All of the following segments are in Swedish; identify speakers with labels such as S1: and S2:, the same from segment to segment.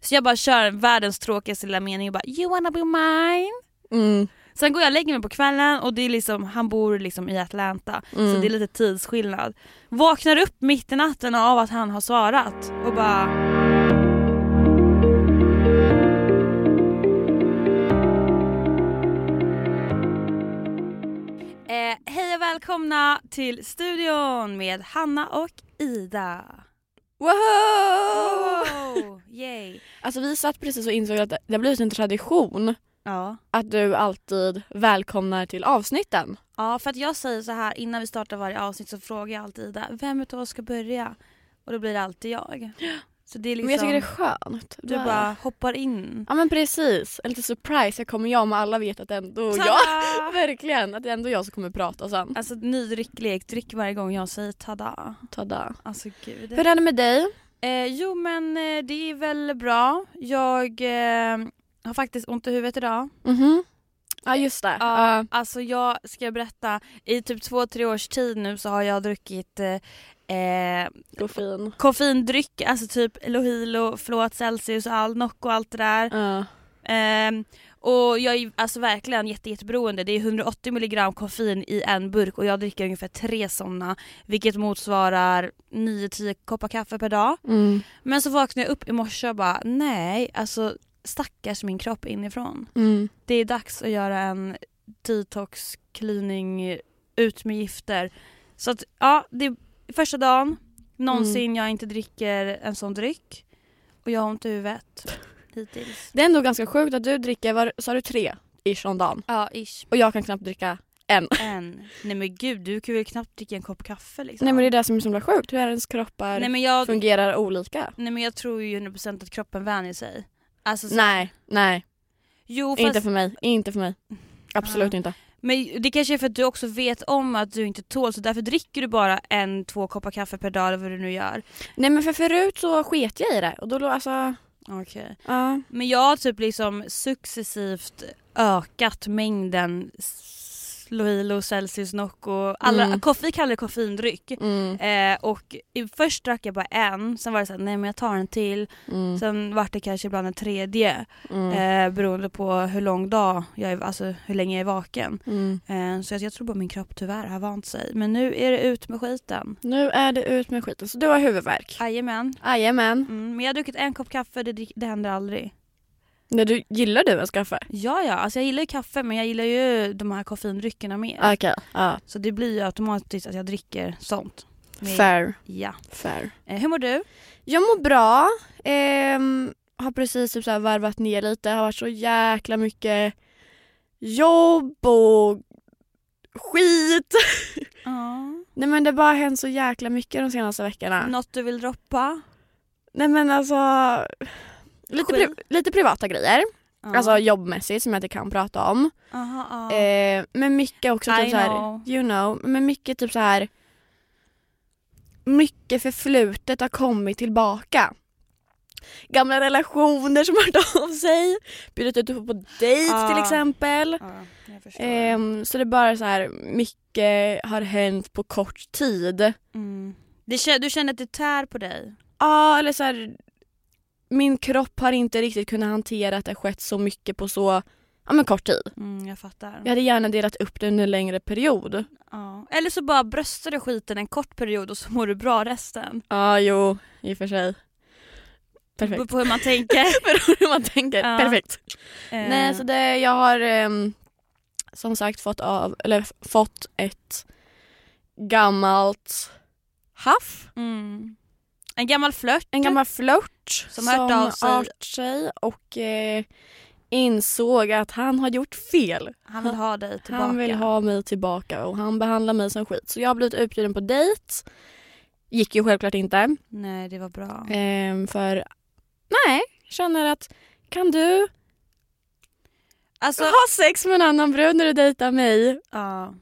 S1: Så jag bara kör världens tråkigaste lilla mening och bara “you wanna be mine?”
S2: Mm.
S1: Sen går jag och lägger mig på kvällen och det är liksom, han bor liksom i Atlanta så
S2: Mm.
S1: det är lite tidsskillnad. Vaknar upp mitt i natten av att han har svarat och bara Eh, hej och välkomna till studion med Hanna och Ida.
S2: Wow!
S1: Wow, yay.
S2: Alltså vi satt precis och insåg att det har blivit en tradition
S1: Ja.
S2: att du alltid välkomnar till avsnitten.
S1: Ja, för att jag säger så här innan vi startar varje avsnitt så frågar jag alltid Ida, vem utav oss ska börja? Och då blir det alltid jag. Så det är liksom,
S2: Men jag tycker det är skönt.
S1: du bara hoppar in.
S2: Ja men precis, en liten surprise. Här kommer jag men alla vet att det ändå är jag.
S1: Tada!
S2: Verkligen, att det är ändå jag som kommer prata sen.
S1: Alltså ny drycklek, dryck varje gång jag säger tada.
S2: Tada.
S1: Alltså gud.
S2: Hur är det med dig?
S1: Eh, jo men eh, det är väl bra. Jag eh, har faktiskt ont i huvudet idag.
S2: Mhm. Ja just det.
S1: Mm-hmm. Ja,
S2: Ja.
S1: Alltså jag ska berätta, i typ två, tre års tid nu så har jag druckit eh, eh,
S2: Gå fin.
S1: koffeindryck, alltså typ Lohilo, Flåt, Celsius och Alnoc och allt det där.
S2: Ja.
S1: Ehm, och jag är ju alltså verkligen jätte, jätteberoende. Det är 180 milligram koffein i en burk och jag dricker ungefär tre sådana vilket motsvarar 9-10 koppar kaffe per dag.
S2: Mm.
S1: Men så vaknade jag upp i morse och bara nej, alltså stackars min kropp inifrån.
S2: Mm.
S1: Det är dags att göra en detox, cleaning, ut med gifter. Så att ja, det är första dagen någonsin
S2: Mm.
S1: jag inte dricker en sån dryck och jag har ont i huvudet hittills.
S2: Det är ändå ganska sjukt att du dricker, var, sa du tre ish om dagen?
S1: Ja, ish.
S2: Och jag kan knappt dricka
S1: än. Nej men gud, du kan väl knappt dricka en kopp kaffe liksom.
S2: Nej men det är det som är så himla sjukt, hur ens kroppar
S1: nej, men jag,
S2: fungerar olika.
S1: nej men jag tror ju 100% att kroppen vänjer sig. Alltså, så,
S2: Nej, nej.
S1: jo,
S2: Inte
S1: fast,
S2: för mig, inte för mig. Absolut inte.
S1: men det kanske är för att du också vet om att du inte tål så därför dricker du bara en, två koppar kaffe per dag eller vad du nu gör.
S2: Nej men för förut så sket jag i det och då lå- alltså,
S1: Okej.
S2: ja.
S1: Men jag har typ liksom successivt ökat mängden s- Loilo, Celsius, Nocco, alla,
S2: Mm.
S1: koffe, vi kallar det koffeindryck.
S2: Mm,
S1: Eh, och i- först drack jag bara en, sen var det såhär nej men jag tar en till,
S2: mm,
S1: Sen vart det kanske ibland en tredje
S2: mm,
S1: eh, beroende på hur lång dag jag är, alltså hur länge jag är vaken.
S2: mm.
S1: Eh, så jag, jag tror bara min kropp tyvärr har vant sig. Men nu är det ut med skiten.
S2: Nu är det ut med skiten, så du har huvudvärk?
S1: Jajamän.
S2: Jajamän.
S1: Mm, men jag har druckit en kopp kaffe, det, drick- det händer aldrig.
S2: Nej, du, gillar du ens kaffe?
S1: Ja ja, alltså jag gillar ju kaffe men jag gillar ju de här koffeindryckerna mer.
S2: Okej, ja.
S1: Så det blir ju automatiskt att jag dricker sånt. Men-
S2: Fair.
S1: Ja.
S2: Fair.
S1: Eh, hur mår du?
S2: Jag mår bra. Ehm, har precis typ så här varvat ner lite. Har varit så jäkla mycket jobb och skit.
S1: Ja.
S2: Nej men det har bara hänt så jäkla mycket de senaste veckorna.
S1: Något du vill droppa?
S2: Nej men alltså lite,
S1: Skit.
S2: pri- lite privata grejer.
S1: Ja.
S2: Alltså jobbmässigt som jag inte kan prata om.
S1: Aha, ja.
S2: Eh, men mycket också
S1: I
S2: typ så här,
S1: know.
S2: you know, men mycket typ så här mycket förflutet har kommit tillbaka. Gamla relationer som har hört av sig, bjudit ut på dejt
S1: Ah.
S2: till exempel.
S1: ja, jag förstår.
S2: Ehm, så det är bara så här mycket har hänt på kort tid. Ja,
S1: Mm. Det, kä- du känner att det tär på dig?
S2: eller så här min kropp har inte riktigt kunnat hantera att det har skett så mycket på så ja, men kort tid.
S1: Mm, jag fattar.
S2: Jag hade gärna delat upp det under en längre period. Ja,
S1: Ja. Eller så bara bröstar du skiten en kort period och så mår du bra resten.
S2: jo, i och för sig. Perfekt.
S1: Beror på hur man tänker. Eh,
S2: Beror hur man tänker.
S1: Ja.
S2: Perfekt.
S1: Eh,
S2: Nej, alltså så det, jag har ehm, som sagt fått, av, eller, f- fått ett gammalt haff.
S1: mm. En gammal flört.
S2: En gammal flört
S1: Som hört av sig.
S2: art sig och eh, insåg att han har gjort fel.
S1: Han vill ha dig tillbaka.
S2: Han vill ha mig tillbaka och han behandlar mig som skit. Så jag har blivit utbjuden på dejt. Gick ju självklart inte.
S1: Nej det var bra.
S2: Ehm, för nej, känner att kan du
S1: Alltså,
S2: ha sex med en annan brud när du dejtar mig?
S1: ja.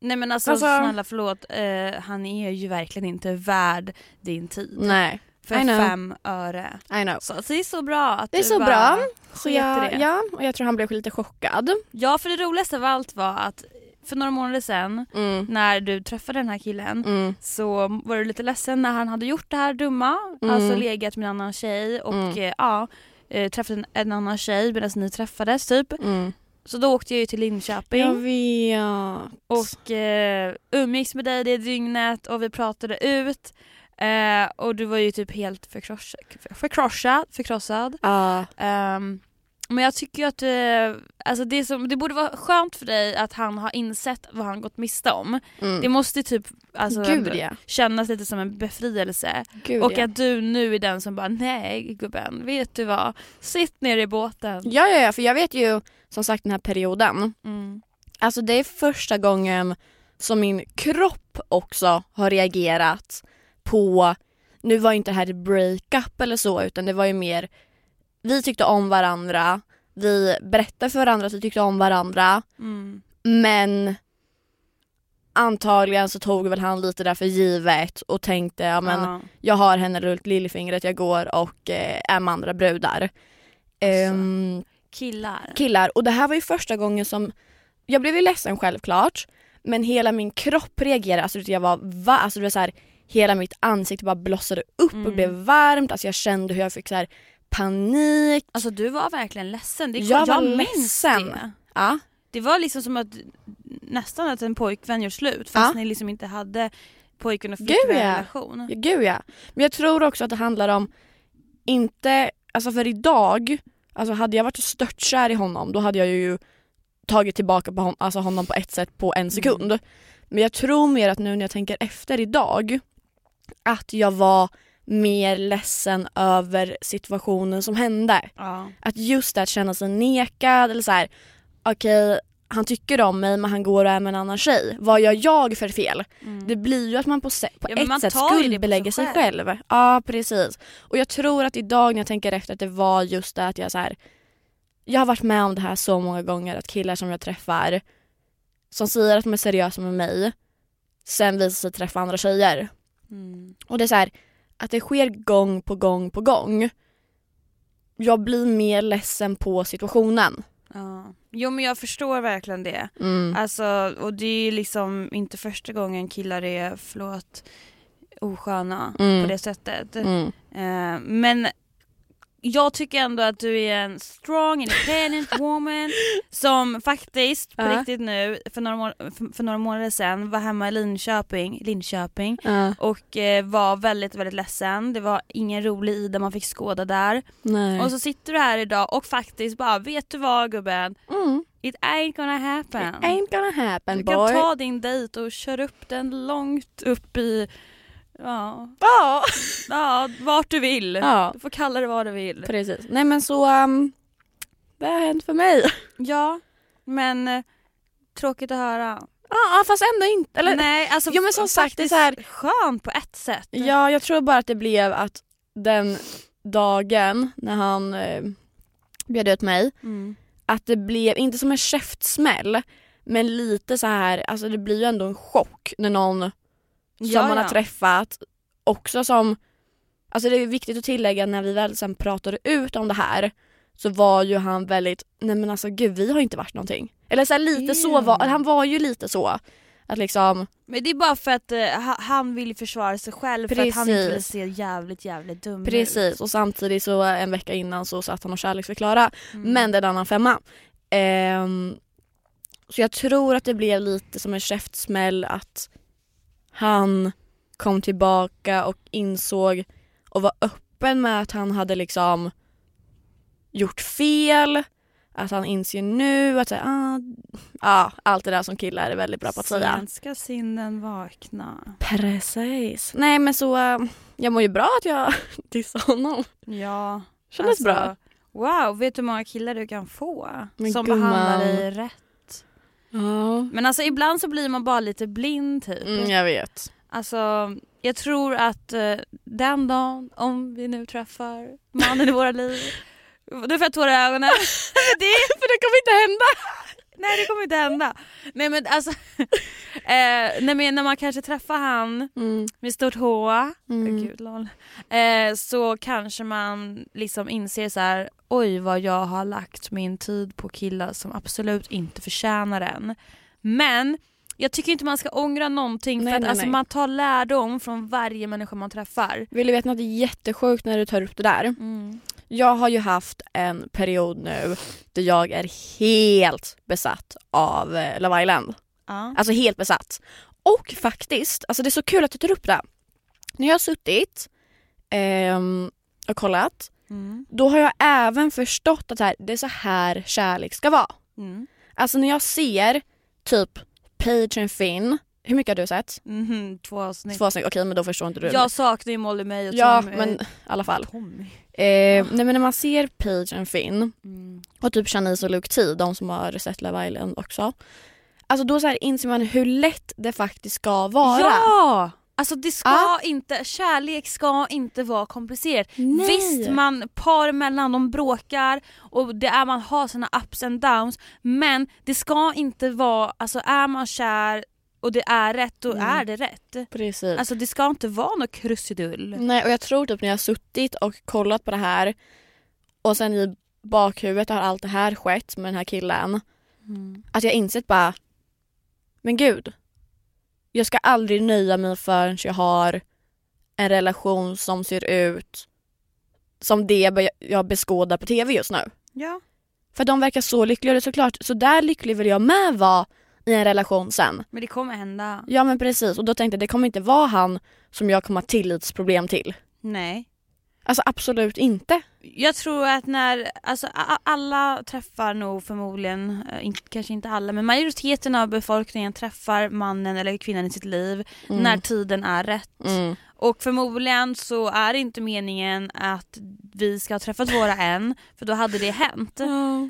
S1: Nej men alltså,
S2: Alltså-
S1: snälla förlåt, eh, han är ju verkligen inte värd din tid.
S2: Nej,
S1: För
S2: I know.
S1: fem öre.
S2: I know.
S1: Så, så det är så bra att
S2: Det är
S1: du
S2: så
S1: bara...
S2: bra. Så
S1: sket i
S2: jag,
S1: det.
S2: ja, och jag tror han blev lite chockad.
S1: Ja för det roligaste av allt var att för några månader sedan
S2: Mm.
S1: när du träffade den här killen
S2: Mm.
S1: så var du lite ledsen när han hade gjort det här dumma,
S2: Mm.
S1: alltså legat med en annan tjej och
S2: Mm.
S1: eh, ja, eh, träffade en, en annan tjej medan ni träffades typ.
S2: Mm.
S1: Så då åkte jag ju till Linköping
S2: Jag vet.
S1: och eh, umgicks med dig det dygnet och vi pratade ut. Eh, och du var ju typ helt förkrossad, förkrossad, förkrossad.
S2: Ja.
S1: Ehm, men jag tycker ju att eh, alltså det, som, det borde vara skönt för dig att han har insett vad han gått miste om.
S2: Mm.
S1: Det måste ju typ alltså,
S2: Gud ja.
S1: kännas lite som en befrielse.
S2: Gud,
S1: och
S2: ja.
S1: att du nu är den som bara nej gubben, vet du vad? Sitt ner i båten.
S2: ja, ja, ja, för jag vet ju som sagt den här perioden.
S1: Mm.
S2: Alltså det är första gången som min kropp också har reagerat på, nu var ju inte det här ett breakup eller så utan det var ju mer, vi tyckte om varandra, vi berättade för varandra att vi tyckte om varandra
S1: Mm.
S2: men antagligen så tog väl han lite där för givet och tänkte ja men
S1: Ja.
S2: jag har henne runt lillfingret, jag går och eh, är med andra brudar. Ehm,
S1: Killar.
S2: killar och det här var ju första gången som jag blev ju ledsen självklart men hela min kropp reagerade, alltså jag var va? Alltså det var så här, hela mitt ansikte bara blossade upp
S1: Mm.
S2: och blev varmt, alltså jag kände hur jag fick så här panik.
S1: Alltså du var verkligen ledsen. Det,
S2: Jag
S1: jag,
S2: var
S1: minns
S2: ledsen.
S1: det.
S2: Ja,
S1: Det var liksom som att nästan att en pojkvän gör slut fast ni liksom inte hade pojkvän och
S2: Gud, ja.
S1: flickvän-relation.
S2: ja, gud ja. Men jag tror också att det handlar om, inte, alltså för idag, alltså hade jag varit störtkär i honom då hade jag ju tagit tillbaka på hon, alltså honom på ett sätt på en sekund. Men jag tror mer att nu när jag tänker efter idag att jag var mer ledsen över situationen som hände.
S1: Ja.
S2: Att just det att känna sig nekad eller så här, okej han tycker om mig men han går och är med en annan tjej. Vad gör jag för fel?
S1: Mm.
S2: Det blir ju att man på, se- på
S1: Ja, men man
S2: ett sätt
S1: tar ju det på sig
S2: skuldbelägger sig själv. Ja precis. Och jag tror att idag när jag tänker efter att det var just det att jag så här. Jag har varit med om det här så många gånger att killar som jag träffar som säger att de är seriösa med mig sen visar sig träffa andra tjejer.
S1: Mm.
S2: Och det är så här att det sker gång på gång på gång. Jag blir mer ledsen på situationen.
S1: Ja. Jo men jag förstår verkligen det.
S2: Mm.
S1: Alltså, och det är ju liksom inte första gången killar är, förlåt, osköna
S2: Mm.
S1: på det sättet.
S2: Mm.
S1: Eh, men jag tycker ändå att du är en strong independent woman som faktiskt på
S2: Ja.
S1: riktigt nu, för några, må- för, för några månader sedan var hemma i Linköping, Linköping
S2: Ja,
S1: och eh, var väldigt väldigt ledsen. Det var ingen rolig Ida man fick skåda där.
S2: nej.
S1: Och så sitter du här idag och faktiskt bara, vet du vad gubben?
S2: mm.
S1: It ain't gonna happen.
S2: It ain't gonna happen
S1: Du
S2: boy.
S1: kan ta din dejt och köra upp den långt upp i, ja,
S2: Ja.
S1: ja vart du vill.
S2: ja.
S1: Du får kalla det vad du vill.
S2: Precis. Nej men så, um, det har hänt för mig. Ja,
S1: Ja, men eh, tråkigt att höra.
S2: ah, fast ändå inte. Eller,
S1: Nej, alltså
S2: Jo, men som sagt, det är
S1: faktiskt
S2: så här-
S1: skönt på ett sätt.
S2: Ja, jag tror bara att det blev att den dagen när han eh, bjöd ut mig,
S1: Mm.
S2: att det blev, inte som en käftsmäll, men lite så här, alltså det blir ju ändå en chock när någon
S1: Ja,
S2: som man
S1: ja.
S2: har träffat också som, alltså det är viktigt att tillägga när vi väl sen pratade ut om det här så var ju han väldigt, nej men alltså gud vi har inte varit någonting. Eller så här, lite så
S1: Ew.
S2: var, eller han var ju lite så. Att liksom,
S1: Men det är bara för att eh, ha- han vill försvara sig själv för att han inte vill
S2: Precis.
S1: se jävligt jävligt dum ut.
S2: precis och samtidigt så en vecka innan så satt han och kärleksförklara.
S1: Mm.
S2: Men det är en annan femma. Ehm, så jag tror att det blev lite som en käftsmäll att han kom tillbaka och insåg och var öppen med att han hade liksom gjort fel. Att han inser nu att så här, ah, ja, allt det där som killar är väldigt bra på att säga.
S1: Sent ska sinnen vakna.
S2: Precis. Nej men så, eh, jag mår ju bra att jag dissade honom.
S1: Ja. alltså,
S2: Kändes bra.
S1: Wow, vet du hur många killar du kan få?
S2: Men
S1: som
S2: gumman.
S1: behandlar dig rätt.
S2: Ja.
S1: Men alltså ibland så blir man bara lite blind typ.
S2: Mm, jag vet.
S1: Alltså jag tror att eh, den dagen, om vi nu träffar mannen i våra liv. Du får jag tårar i ögonen. Det,
S2: För det kommer inte hända.
S1: nej det kommer inte hända. Nej men alltså. eh, nej, men när man kanske träffar han med stort H.
S2: Mm.
S1: Gud, lol. Eh, så kanske man liksom inser så här, oj vad jag har lagt min tid på killar som absolut inte förtjänar den. Men jag tycker inte man ska ångra någonting
S2: Nej,
S1: för att
S2: nej,
S1: alltså,
S2: nej.
S1: man tar lärdom från varje människa man träffar.
S2: Vill du veta något jättesjukt när du tar upp det där? Jag har ju haft en period nu där jag är helt besatt av eh, Love Island.
S1: Ja.
S2: Alltså helt besatt. Och faktiskt, alltså det är så kul att du tar upp det. När jag har suttit ehm, och kollat,
S1: Mm.
S2: då har jag även förstått att så här, det är så här kärlek ska vara.
S1: Mm.
S2: Alltså när jag ser typ Page and Finn, hur mycket har du sett?
S1: Mhm, Två avsnitt.
S2: Två avsnitt, okej men då förstår inte du.
S1: Jag saknar ju Molly May och
S2: ja
S1: Tommy.
S2: men i alla fall.
S1: Tommy.
S2: Eh, nej men när man ser Page and Finn
S1: Mm.
S2: och typ Shanice och Luke T, de som har sett Love Island också. Alltså då så här inser man hur lätt det faktiskt ska vara.
S1: Ja! Alltså det ska
S2: Ja.
S1: inte, kärlek ska inte vara komplicerat.
S2: Nej.
S1: Visst man par mellan de bråkar och det är man har sina ups and downs men det ska inte vara, alltså är man kär och det är rätt då
S2: Mm.
S1: är det rätt.
S2: Precis.
S1: Alltså det ska inte vara något krusidull.
S2: Nej och jag tror typ när jag har suttit och kollat på det här och sen i bakhuvudet har allt det här skett med den här killen.
S1: Mm.
S2: Att jag insett bara, men gud. Jag ska aldrig nöja mig förrän jag har en relation som ser ut som det be- jag beskådar på tv just nu.
S1: Ja.
S2: För de verkar så lyckliga och det är såklart, så där lycklig vill jag med vara i en relation sen.
S1: Men det kommer hända.
S2: Ja men precis och då tänkte jag det kommer inte vara han som jag kommer ha tillitsproblem till.
S1: Nej.
S2: Alltså absolut inte.
S1: Jag tror att när, alltså a- a- alla träffar nog förmodligen, eh, inte- kanske inte alla men majoriteten av befolkningen träffar mannen eller kvinnan i sitt liv
S2: Mm.
S1: när tiden är rätt.
S2: Mm.
S1: Och förmodligen så är det inte meningen att vi ska ha träffat våra än, för då hade det hänt.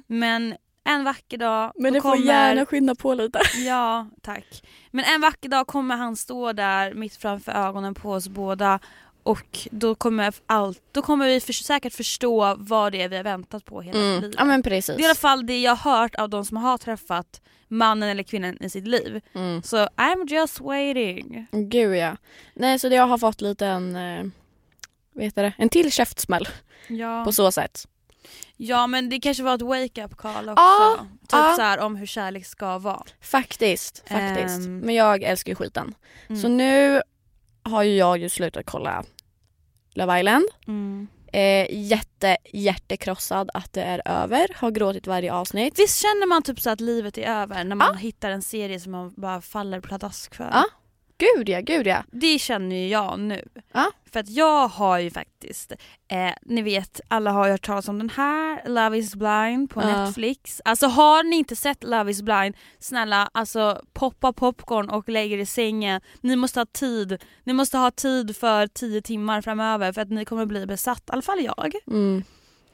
S1: Men en vacker dag
S2: Men
S1: Mm. då
S2: det får
S1: kommer...
S2: gärna skynda på lite.
S1: Ja, tack. Men en vacker dag kommer han stå där mitt framför ögonen på oss båda och då kommer, allt, då kommer vi för, säkert förstå vad det är vi har väntat på hela
S2: Mm.
S1: livet.
S2: Ja men precis.
S1: Det är i alla fall det jag har hört av de som har träffat mannen eller kvinnan i sitt liv.
S2: Mm.
S1: Så I'm just waiting.
S2: Gud ja. Nej så det jag har fått lite en, eh, vad heter det, en till käftsmäll
S1: Ja.
S2: på så sätt.
S1: Ja men det kanske var ett wake-up call också.
S2: Ja,
S1: typ
S2: ja.
S1: så här om hur kärlek ska vara.
S2: Faktiskt, faktiskt.
S1: Ehm.
S2: Men jag älskar ju skiten.
S1: Mm.
S2: Så nu har ju jag ju slutat kolla Love Island.
S1: Mm.
S2: Eh, jätte, hjärtekrossad att det är över. Har gråtit varje avsnitt.
S1: Visst känner man typ så att livet är över när man hittar en serie som man bara faller pladask för?
S2: Ja. Gud ja, gud ja.
S1: Det känner ju jag nu.
S2: Ja.
S1: För att jag har ju faktiskt, eh, ni vet alla har ju hört talas om den här, Love is blind på
S2: Ja.
S1: Netflix. Alltså har ni inte sett Love is blind, snälla alltså poppa popcorn och lägg er i sängen. Ni måste ha tid, ni måste ha tid för 10 timmar framöver för att ni kommer bli besatt, i alla fall jag.
S2: Mm.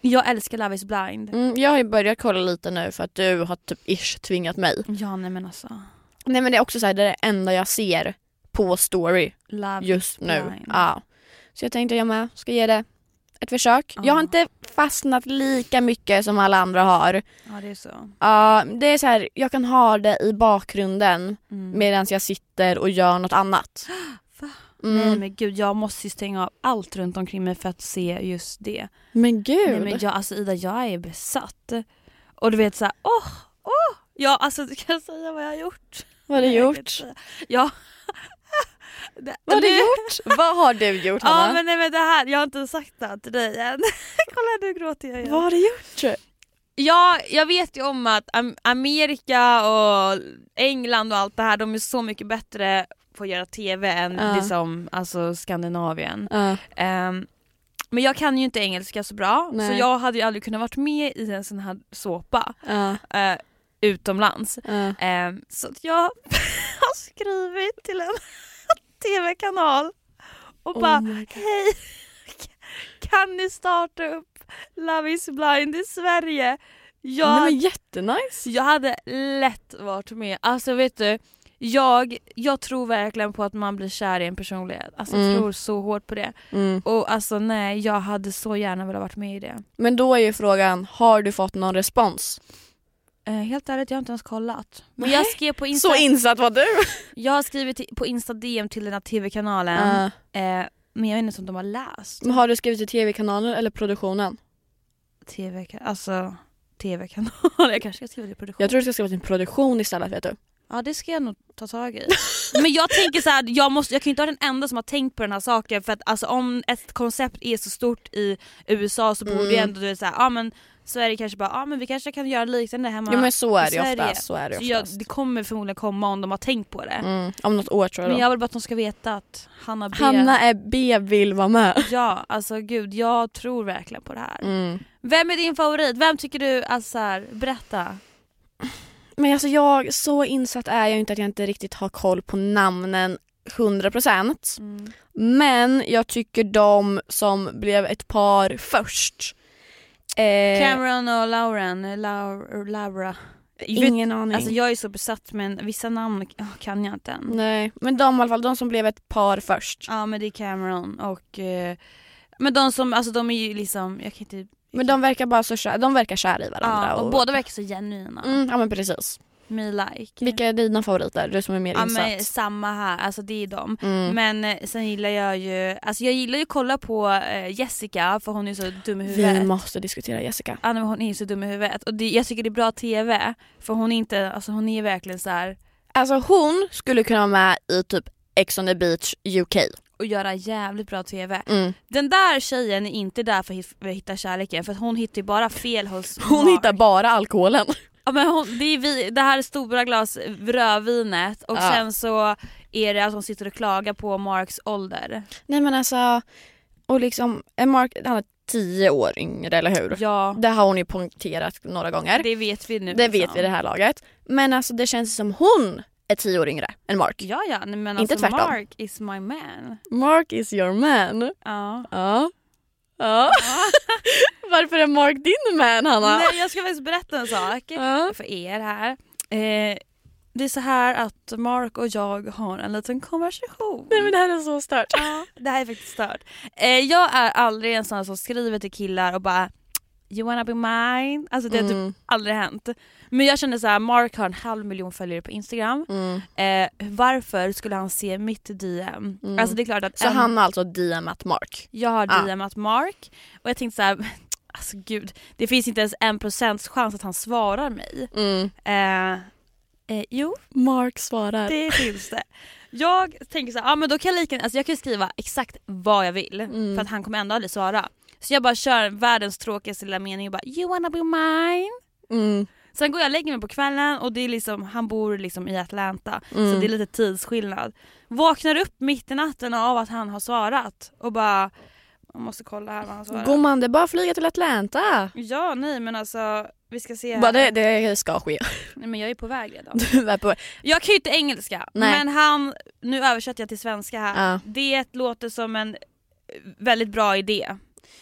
S1: Jag älskar Love is blind.
S2: Mm, jag har ju börjat kolla lite nu för att du har typ ish tvingat mig.
S1: Ja nej men alltså,
S2: Nej men det är också så här, det är det enda jag ser på story
S1: Love
S2: just nu.
S1: Blind.
S2: Ja. Så jag tänkte jag med ska ge det ett försök.
S1: Ja.
S2: Jag har inte fastnat lika mycket som alla andra har.
S1: Ja det är så.
S2: Ja, det är så här, jag kan ha det i bakgrunden
S1: Mm.
S2: medan jag sitter och gör något annat.
S1: Va?
S2: Mm.
S1: Nej men gud jag måste ju stänga av allt runt omkring mig för att se just det.
S2: Men gud.
S1: Nej men jag, alltså Ida jag är besatt. Och du vet såhär, åh, åh! Ja alltså du kan säga vad jag har gjort.
S2: Vad har du
S1: Nej, jag kan
S2: gjort?
S1: inte säga. Ja. Det-
S2: Vad har du
S1: nu-
S2: gjort? Vad har du gjort Hanna?
S1: Ja men nej men det här, jag har inte sagt det här till dig än. Kolla nu gråter jag igen.
S2: Vad har du gjort?
S1: Ja, jag vet ju om att Am- Amerika och England och allt det här, de är så mycket bättre på att göra TV än
S2: Ja.
S1: liksom, alltså Skandinavien.
S2: Ja.
S1: Ehm, men jag kan ju inte engelska så bra, så
S2: Nej.
S1: jag hade ju aldrig kunnat varit med i en sån här såpa
S2: Ja.
S1: eh, utomlands.
S2: ja.
S1: Ehm, så att jag har skrivit till en TV-kanal och bara
S2: Oh my God.
S1: Hej! Kan ni starta upp Love is blind i Sverige? Jag,
S2: Nej, men jättenice.
S1: jag hade lätt varit med. Alltså vet du, jag, jag tror verkligen på att man blir kär i en personlighet. Alltså jag
S2: Mm.
S1: tror så hårt på det.
S2: Mm.
S1: Och alltså nej, jag hade så gärna velat varit med i det.
S2: Men då är ju frågan, har du fått någon respons?
S1: Eh, helt ärligt, jag har inte ens kollat. Men
S2: Nej.
S1: jag skrev på Insta,
S2: Så insatt var du!
S1: jag har skrivit till- på Insta DM till den här TV-kanalen.
S2: Ja.
S1: Eh, men jag vet inte om de har läst
S2: Men har du skrivit till tv-kanalen eller produktionen?
S1: TV-kanalen. Alltså TV-kanalen. Jag kanske ska skriva till produktion.
S2: Jag tror du ska skriva till en produktion istället vet du.
S1: Ja, Ja det ska jag nog ta tag i. Men jag tänker så här, jag, måste, jag kan ju inte vara den enda som har tänkt på den här saken för att alltså, om ett koncept är så stort i USA så borde
S2: Mm.
S1: ju ändå du säga, ja men Sverige kanske bara, ja men vi kanske kan göra liknande hemma.
S2: Jo men så är
S1: i
S2: det ju
S1: Sverige.
S2: oftast. Så är det
S1: så
S2: ju
S1: jag,
S2: oftast.
S1: det kommer förmodligen komma om de har tänkt på det.
S2: Mm. Om något år tror jag,
S1: Men
S2: då.
S1: jag vill bara att de ska veta att Hanna B,
S2: Hanna är B vill vara med.
S1: ja alltså gud jag tror verkligen på det här.
S2: Mm.
S1: Vem är din favorit? Vem tycker du, alltså så här, berätta.
S2: Men alltså jag, så insatt är jag inte att jag inte riktigt har koll på namnen 100%.
S1: Mm.
S2: Men jag tycker de som blev ett par först. Eh,
S1: Cameron och Lauren, Laura, Laura.
S2: ingen aning.
S1: Alltså jag är så besatt men vissa namn åh, kan jag inte än.
S2: Nej, men de i alla fall, de som blev ett par först.
S1: Mm. Ja men det är Cameron och eh, men de som, alltså de är ju liksom, jag kan inte...
S2: Men de verkar bara så kära, de verkar kära i varandra.
S1: Ja, och båda verkar så genuina.
S2: Mm, ja men precis.
S1: Me like.
S2: Vilka är dina favoriter? Du som är mer
S1: Ja
S2: insatt.
S1: men samma här, alltså det är de.
S2: Mm.
S1: Men eh, sen gillar jag ju, alltså jag gillar ju att kolla på eh, Jessica för hon är så dum i huvudet.
S2: Vi måste diskutera Jessica.
S1: Ja, nej, men hon är ju så dum i huvudet och det, jag tycker det är bra TV för hon är inte, alltså hon är verkligen så här
S2: Alltså hon skulle kunna vara med i typ Ex on the beach UK.
S1: och göra jävligt bra TV.
S2: Mm.
S1: Den där tjejen är inte där för att hit- för att hitta kärleken för att hon hittar ju bara fel hos
S2: Hon
S1: Mark.
S2: hittar bara alkoholen.
S1: ja, men hon, det, är vi, det här stora glas rödvinet och
S2: Ja.
S1: sen så är det att hon sitter och klagar på Marks ålder.
S2: Nej men alltså, och liksom, är Mark, han är tio år yngre eller hur?
S1: Ja
S2: Det har hon ju poängterat några gånger. Det,
S1: det vet vi nu. liksom.
S2: vet vi i det liksom. här laget. Men alltså det känns som hon är tio år yngre än Mark.
S1: Ja ja nej, men
S2: Inte
S1: alltså
S2: tvärtom.
S1: Mark is my man.
S2: Mark is your man.
S1: Ja.
S2: Ja. Ja. Varför är Mark din man Hanna?
S1: Nej jag ska faktiskt berätta en sak.
S2: "Ah." Ja.
S1: för er här. Eh, det är så här att Mark och jag har en liten konversation.
S2: Nej men det här är så stört. Alltså,
S1: Ja, det här är faktiskt stört. Eh, jag är aldrig en sån som skriver till killar och bara You wanna be mine? Alltså det har typ
S2: Mm,
S1: aldrig hänt. Men jag känner så här, Mark har en halv miljon följare på Instagram.
S2: mm.
S1: Eh, varför skulle han se mitt DM?
S2: Mm.
S1: Alltså det är klart att
S2: Så
S1: en-
S2: han har alltså DMat Mark.
S1: jag har
S2: Ah.
S1: DMat Mark och jag tänkte så här, alltså gud, det finns inte ens en procents chans att han svarar mig.
S2: Mm.
S1: Eh, eh, jo,
S2: Mark svarar.
S1: Det finns det. Jag tänker så här, ja men då kan jag lika alltså jag kan skriva exakt vad jag vill
S2: Mm.
S1: för att han kommer ändå aldrig svara. Så jag bara kör världens tråkigaste lilla mening och bara you wanna be mine.
S2: Mm,
S1: Sen går jag och lägger mig på kvällen och det är liksom, han bor liksom i Atlanta
S2: mm.
S1: så det är lite tidsskillnad. Vaknar upp mitt i natten av att han har svarat och bara man måste kolla här vad han svarar.
S2: Gumman det är bara att flyga till Atlanta.
S1: Ja nej men alltså vi ska se här.
S2: Bara det, det ska ske.
S1: Nej men jag är på väg redan.
S2: Du är på...
S1: Jag kan ju inte engelska
S2: Nej.
S1: men han, nu översätter jag till svenska här.
S2: Ja.
S1: Det låter som en eh, väldigt bra idé,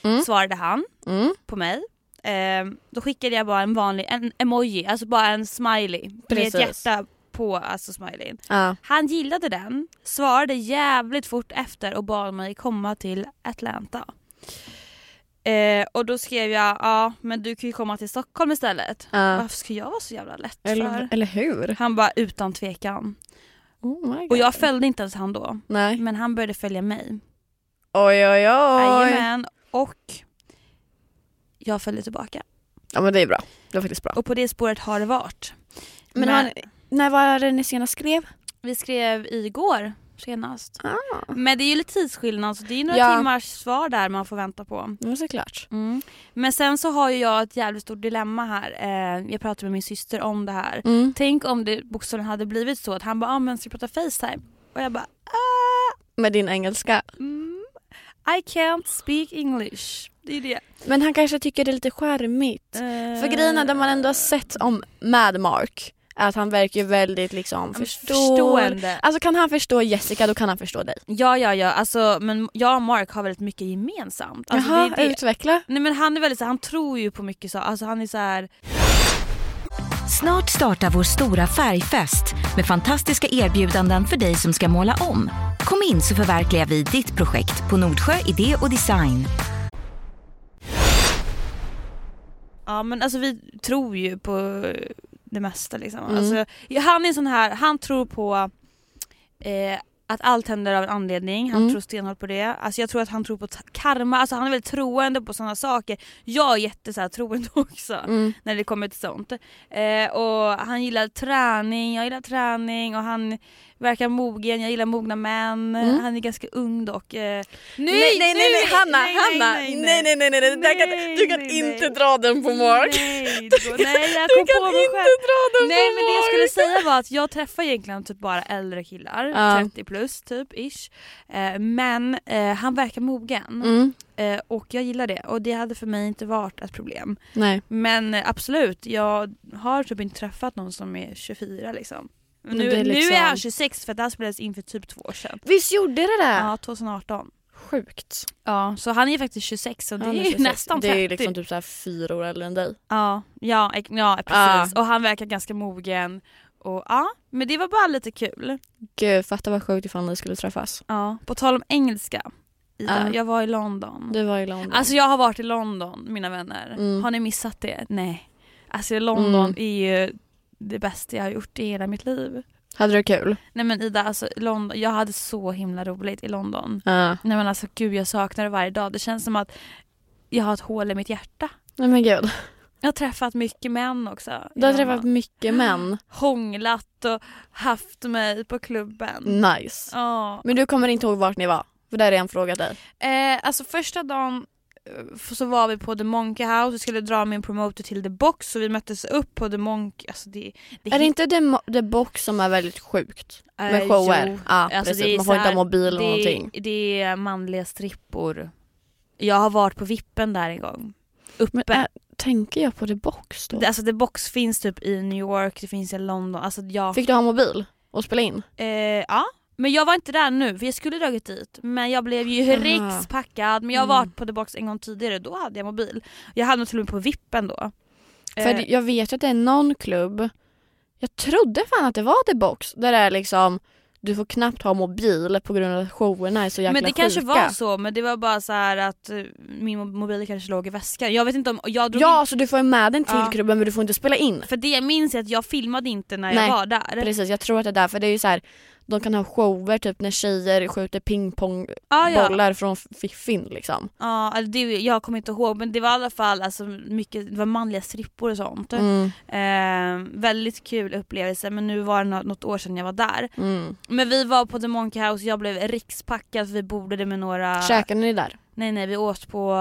S2: Mm.
S1: svarade han
S2: Mm.
S1: på mig. Ehm, då skickade jag bara en vanlig en emoji, alltså bara en smiley
S2: Precis.
S1: med ett hjärta på alltså smileyn.
S2: Ja.
S1: Han gillade den, svarade jävligt fort efter och bad mig komma till Atlanta. Ehm, och då skrev jag, ja men du kan ju komma till Stockholm istället.
S2: Ja.
S1: Varför ska jag vara så jävla lätt
S2: Eller,
S1: för?
S2: eller hur?
S1: Han bara utan tvekan.
S2: Oh my God.
S1: Och jag följde inte ens han då,
S2: Nej.
S1: men han började följa mig.
S2: Oj oj oj.
S1: Jajamän, och jag följde tillbaka.
S2: Ja men det är bra. Det var faktiskt bra.
S1: Och på det spåret har det varit.
S2: Men,
S1: Men-
S2: han- när var det ni senast skrev?
S1: Vi skrev igår senast.
S2: Ah.
S1: Men det är ju lite tidsskillnad så det är ju några
S2: Ja.
S1: timmars svar där man får vänta på.
S2: Ja såklart.
S1: Mm. Men sen så har ju jag ett jävligt stort dilemma här. Eh, jag pratade med min syster om det här.
S2: Mm.
S1: Tänk om det bokstavligen hade blivit så att han bara ah, men ska vi prata Facetime? Och jag bara ah,
S2: Med din engelska.
S1: mm, I can't speak English. Det är det.
S2: Men han kanske tycker det är lite charmigt.
S1: Eh,
S2: För grejen är, det man ändå har sett om Mad Mark är att han verkar ju väldigt liksom förstående.
S1: Förstående.
S2: Alltså kan han förstå Jessica då kan han förstå dig.
S1: Ja, ja, ja. Alltså, men jag och Mark har väldigt mycket gemensamt. Alltså,
S2: Jaha,
S1: det, är det.
S2: utveckla.
S1: Nej, men han är väldigt så han tror ju på mycket så. Alltså, han är så här,
S3: Snart startar vår stora färgfest med fantastiska erbjudanden för dig som ska måla om. Kom in så förverkligar vi ditt projekt på Nordsjö Idé och Design.
S1: ja men alltså vi tror ju på eh,
S2: Mm.
S1: det mesta liksom. Alltså, ja, han är en sån här, han tror på eh, att allt händer av en anledning, han
S2: Mm.
S1: tror stenhårt på det. Alltså jag tror att han tror på ta- karma, alltså han är väldigt troende på sådana saker. Jag är jätte så här, troende också
S2: Mm.
S1: när det kommer till sånt. Eh, och han gillar träning, jag gillar träning och han verkar mogen, jag gillar mogna män.
S2: Mm.
S1: Han är ganska ung dock. Eh,
S2: Nej, nej, nej, nej, Hanna,
S1: nej, nej,
S2: Hanna!
S1: nej,
S2: Nej,
S1: nej.
S2: nej, nej, nej, nej, det där kan,
S1: Nej,
S2: du kan
S1: nej,
S2: inte
S1: nej.
S2: dra den på Mark.
S1: Nej, det går- nej jag kom
S2: du kan
S1: på mig
S2: inte
S1: själv.
S2: dra den
S1: Nej
S2: på
S1: men det jag
S2: Mark.
S1: skulle säga var att jag träffar egentligen typ bara äldre killar,
S2: Ja.
S1: 30 plus typ ish. Eh, men eh, han verkar mogen
S2: Mm.
S1: eh, och jag gillar det och det hade för mig inte varit ett problem.
S2: Nej.
S1: Men eh, absolut, jag har typ inte träffat någon som är 24 liksom.
S2: Men
S1: Nu,
S2: det
S1: nu
S2: är liksom-
S1: är han 26 för att det här spelades in för typ två år sedan.
S2: Visst gjorde det det?
S1: Ja, 2018.
S2: Sjukt.
S1: Ja, så han är faktiskt 26 så det
S2: Han
S1: är, ju
S2: 26.
S1: nästan 30.
S2: Det är liksom typ så här fyra år äldre än dig.
S1: Ja, ja, ex- ja precis. Och han verkar ganska mogen. Och ja, men det var bara lite kul.
S2: Gud, fatta vad sjukt ifall ni skulle träffas.
S1: Ja. På tal om engelska, Ida,
S2: Ja.
S1: jag var i London.
S2: Du var i London.
S1: Alltså jag har varit i London mina vänner.
S2: Mm.
S1: Har ni missat det? Nej. Alltså London
S2: Mm.
S1: är ju det bästa jag har gjort i hela mitt liv.
S2: Hade du kul?
S1: Nej men Ida, alltså, London, jag hade så himla roligt i London.
S2: Ja.
S1: Nej men alltså gud jag saknar det varje dag. Det känns som att jag har ett hål i mitt hjärta.
S2: Nej men gud.
S1: Jag har träffat mycket män också. i
S2: Du har
S1: London.
S2: träffat mycket män.
S1: hånglat och haft mig på klubben.
S2: Mm. Nice.
S1: Ja.
S2: Men du kommer inte ihåg vart ni var? För där är en fråga dig.
S1: Eh, alltså första dagen eh, f- så var vi på The Monkey House, vi skulle dra min promoter till The Box så vi möttes upp på The Monkey, alltså det... Eh,
S2: Är det inte The, Mo- the Box som är väldigt sjukt? Med shower?
S1: jo.
S2: Ja
S1: Alltså, det är
S2: precis, man får
S1: så
S2: inte ha
S1: här-
S2: mobil eller någonting.
S1: Det, det är manliga strippor. Jag har varit på vippen där en gång. Uppe.
S2: Men äh, tänker jag på The Box då?
S1: Det- Alltså The Box finns typ i New York, det finns i London, alltså jag...
S2: Fick du ha mobil och spela in?
S1: Eh, ja. Men jag var inte där nu för jag skulle dragit dit men jag blev ju
S2: Aha.
S1: rikspackad men jag har
S2: Mm.
S1: varit på The Box en gång tidigare då hade jag mobil. Jag hade nog till och med på vippen då. Eh,
S2: För jag vet ju att det är någon klubb, jag trodde fan att det var The Box, där det är liksom du får knappt ha mobil på grund av att showerna är så jäkla
S1: men det
S2: sjuka.
S1: kanske var så men det var bara så här att eh, min mo- mobil kanske låg i väskan. Jag vet inte om, jag drog
S2: Ja, så du får ju med den till
S1: Ja.
S2: klubben men du får inte spela in.
S1: in, för det jag minns är att jag filmade inte när
S2: Nej,
S1: jag var där.
S2: Precis, jag tror att det är därför. Det är ju så här, de kan ha shower typ när tjejer skjuter pingpongbollar
S1: Ah, ja.
S2: från fiffin liksom.
S1: Ja, alltså det, jag kommer inte ihåg men det var i alla fall alltså, mycket, det var manliga strippor och sånt.
S2: Mm,
S1: Eh, väldigt kul upplevelse men nu var det nå- något år sedan jag var där.
S2: mm.
S1: Men vi var på The Monkey House, jag blev rikspackad för vi bordade med några...
S2: Käkade ni där?
S1: Nej nej, vi åt på